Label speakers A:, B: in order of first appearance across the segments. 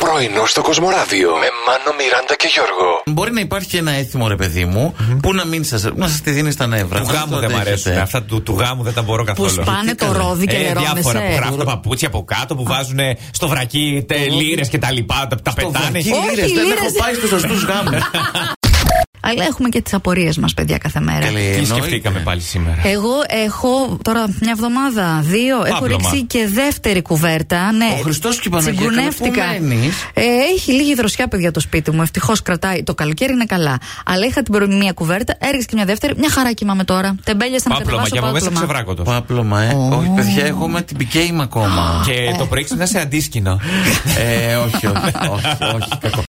A: Πρωινό στο Κοσμοράδιο με Μάνο, Μιράντα και Γιώργο.
B: Μπορεί να υπάρχει και ένα έθιμο, ρε παιδί μου, που να μην σας να σας τη δίνεις στα νεύρα.
C: Του
B: Να
C: γάμου
B: το ε.
C: δεν μ'
B: αντέχετε.
C: αρέσουν. Αυτά του, του γάμου δεν τα μπορώ
D: Που
C: καθόλου.
D: σπάνε το ρόδι και
C: Ε, διάφορα που
D: λερώνεσαι.
C: γράφουν παπούτσια από κάτω, που βάζουν στο βρακί λίρες και τα λοιπά, τα,
B: Το
C: τα πετάνε.
B: βρακί
D: Όχι,
B: λύρες, δεν
D: λύρες.
B: έχω πάει στους σωστούς γάμους.
D: Αλλά έχουμε και τις απορίες μας, παιδιά, κάθε μέρα.
B: Ε,
C: Τι σκεφτήκαμε πάλι σήμερα.
D: Εγώ έχω τώρα μια εβδομάδα, δύο, έχω
C: Παύλωμα.
D: ρίξει και δεύτερη κουβέρτα. Ναι,
B: Ο Χριστός και η Παναγία,
D: Τσιγκουνεύτηκα.
B: καλά, πού μένεις?
D: Ε, έχει λίγη δροσιά, παιδιά, το σπίτι μου. Ευτυχώς κρατάει. Το καλοκαίρι είναι καλά. Αλλά είχα την πρώτη μία κουβέρτα, έριξε και μια δεύτερη. Μια χαρά κοιμάμαι τώρα. Τεμπέλια να
C: Πάπλωμα,
D: κατεβάσω
C: για από μέσα
D: πάπλωμα.
C: ξεβράκωτο.
B: Πάπλωμα, ε. Όχι, παιδιά, εγώ με την πικέιμ ακόμα.
C: Και το πρωί ξυπνάς σε αντίσκηνο.
B: Ε, όχι, όχι, όχι, όχι, κακό.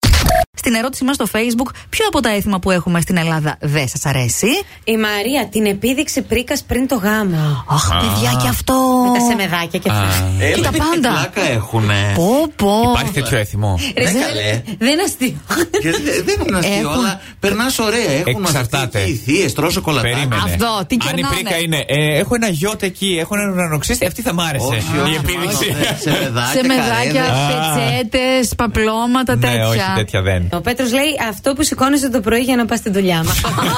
D: Στην ερώτησή μας στο Facebook, ποιο από τα έθιμα που έχουμε στην Ελλάδα δεν σας αρέσει.
E: Η Μαρία την επίδειξη πρίκας πριν το γάμο.
D: Αχ, παιδιά, και αυτό.
E: Με τα σεμεδάκια και αυτά.
B: Ε,
D: Κοίτα
B: τι
D: πάντα.
B: Πλάκα έχουνε.
D: Πω, πω.
C: Υπάρχει τέτοιο έθιμο.
E: Ρε,
B: Ναι,
E: δεν-
B: καλέ.
E: Δεν είναι αστείο.
B: Και δε- δεν είναι αστείο,
D: Έχουν-
B: αλλά περνάς ωραία. Έχουν
C: Εξαρτάται.
B: μαζευτεί οι θείε, τρώσο σοκολατάκι.
C: Περίμενε.
D: ε, Αυτό, τι
C: Αν η
D: κερνάνε.
C: πρίκα είναι. ε, έχω ένα γιότ εκεί, έχω έναν ουρανοξύστη, αυτή θα μ' άρεσε.
B: Όχι,
C: Η
B: όχι,
C: επίδειξη.
B: όχι, Σε
D: Σε
B: μεδάκια.
D: μεδάκια,
B: καρέδες.
D: πετσέτες, παπλώματα,
C: Ναι, όχι, τέτοια δεν.
E: Ο Πέτρος λέει αυτό που σηκώνεσαι το πρωί για να πας στη δουλειά μας.
B: Ναι.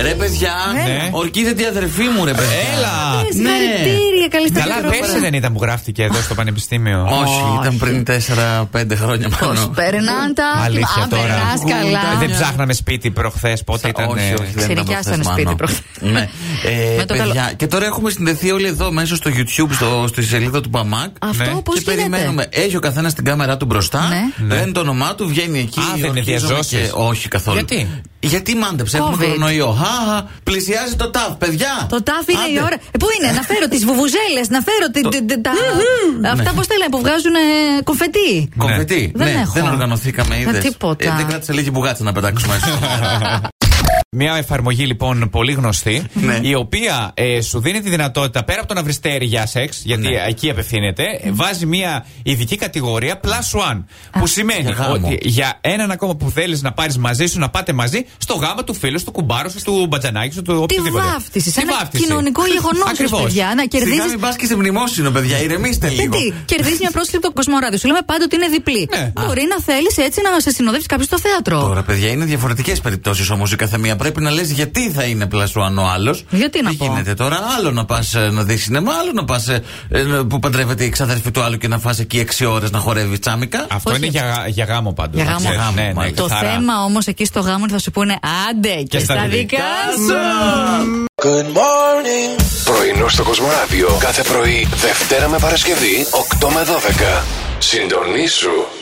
B: Ρε παιδιά,
C: Ναι.
B: ορκίζεται η αδερφή μου, ρε παιδιά.
C: Έλα!
D: Συγχαρητήρια, καλή στα
C: Καλά,
D: Πέτρο.
C: πέρσι δεν ήταν που γράφτηκε εδώ στο πανεπιστήμιο.
B: Όχι, ήταν πριν 4-5 χρόνια μόνο.
D: Περνάνε τα
C: Αλήθεια
D: άτομα.
C: τώρα. Ε,
D: περνάς καλά.
C: Δεν ψάχναμε σπίτι προχθές, πότε ήταν.
B: Όχι,
C: ε,
B: όχι, δεν ήταν
D: Ξηρικιάσανε
B: προχθές,
D: σπίτι
B: Μάνο.
D: προχθές.
B: Ναι. Ε,
D: Με το καλό.
B: παιδιά, και τώρα έχουμε συνδεθεί όλοι εδώ μέσα στο YouTube, στο, στη σελίδα του Παμάκ.
D: Αυτό
C: Ναι.
D: πώς
B: και
D: γίνεται.
B: περιμένουμε. Έχει ο καθένας την κάμερά του μπροστά.
D: Ναι.
B: Ναι. Λένε το όνομά του, βγαίνει εκεί.
C: Α, δεν είναι
B: ορκίζομαι
C: διαζώσεις.
B: και- Όχι καθόλου.
C: Γιατί?
B: Γιατί μάντεψε, έχουμε
D: COVID.
B: κορονοϊό. Χαχα, πλησιάζει το τάφ, παιδιά.
D: Το τάφ είναι
B: Άντε.
D: η ώρα. Ε, πού είναι, να φέρω τις βουβουζέλες, να φέρω τι- τι- τι- τα. Αυτά πώς τα λένε, που βγάζουν ε, κομφετή.
C: Ναι.
B: Κομφετή.
D: Δεν
B: ναι,
D: έχω.
B: δεν οργανωθήκαμε,
D: Ε,
B: είδες.
D: τίποτα.
B: δεν κράτησε λίγη μπουγάτσα να πετάξουμε έτσι.
C: Μια εφαρμογή λοιπόν πολύ γνωστή,
B: Ναι.
C: η οποία ε, σου δίνει τη δυνατότητα πέρα από το να βρεις τέρι για σεξ, γιατί
B: Ναι.
C: εκεί απευθύνεται, ε, βάζει μια ειδική κατηγορία plus one. Που σημαίνει
B: για γάμο.
C: ότι για έναν ακόμα που θέλεις να πάρεις μαζί σου, να πάτε μαζί στο γάμα του φίλου, σου, του κουμπάρου σου, του μπατζανάκη σου, του
D: Τι
C: οποιοδήποτε.
D: βάφτιση,
C: Τη
D: ένα
C: βάφτιση.
D: κοινωνικό γεγονό,
C: Ακριβώς.
D: παιδιά. Να
B: Σιγά
D: κερδίζει.
B: μην πας και σε μνημόσυνο, παιδιά. Ηρεμήστε λίγο.
D: Γιατί κερδίζεις μια πρόσκληση από το Κοσμοράδιο. Σου λέμε πάντα ότι είναι διπλή.
C: Ναι.
D: Μπορεί να θέλεις έτσι να σε συνοδεύσει κάποιος στο θέατρο.
B: Τώρα, παιδιά, είναι διαφορετικές περιπτώσεις όμως η καθεμία. Πρέπει να λες γιατί θα είναι πλασουάν ο άλλος.
D: Γιατί να
B: Τι
D: πω?
B: γίνεται τώρα, άλλο να πας να δεις σινεμά, άλλο να πας που παντρεύεται η ξαδερφή του άλλου και να φας εκεί 6 ώρες να χορεύεις τσάμικα.
C: Αυτό
D: Όχι.
C: είναι για, γα- για γάμο πάντως.
D: Για γάμο.
B: γάμο,
C: Ναι, ναι,
B: μάλιστα.
D: Το
C: καθαρά.
D: θέμα όμως εκεί στο γάμο θα σου πούνε άντε και,
C: στα
D: στα
C: δικά
D: δικά
C: σου».
D: σου.
A: Πρωινό στο Κοσμοράδιο κάθε πρωί, Δευτέρα με Παρασκευή, 8 με 12. Συντονίσου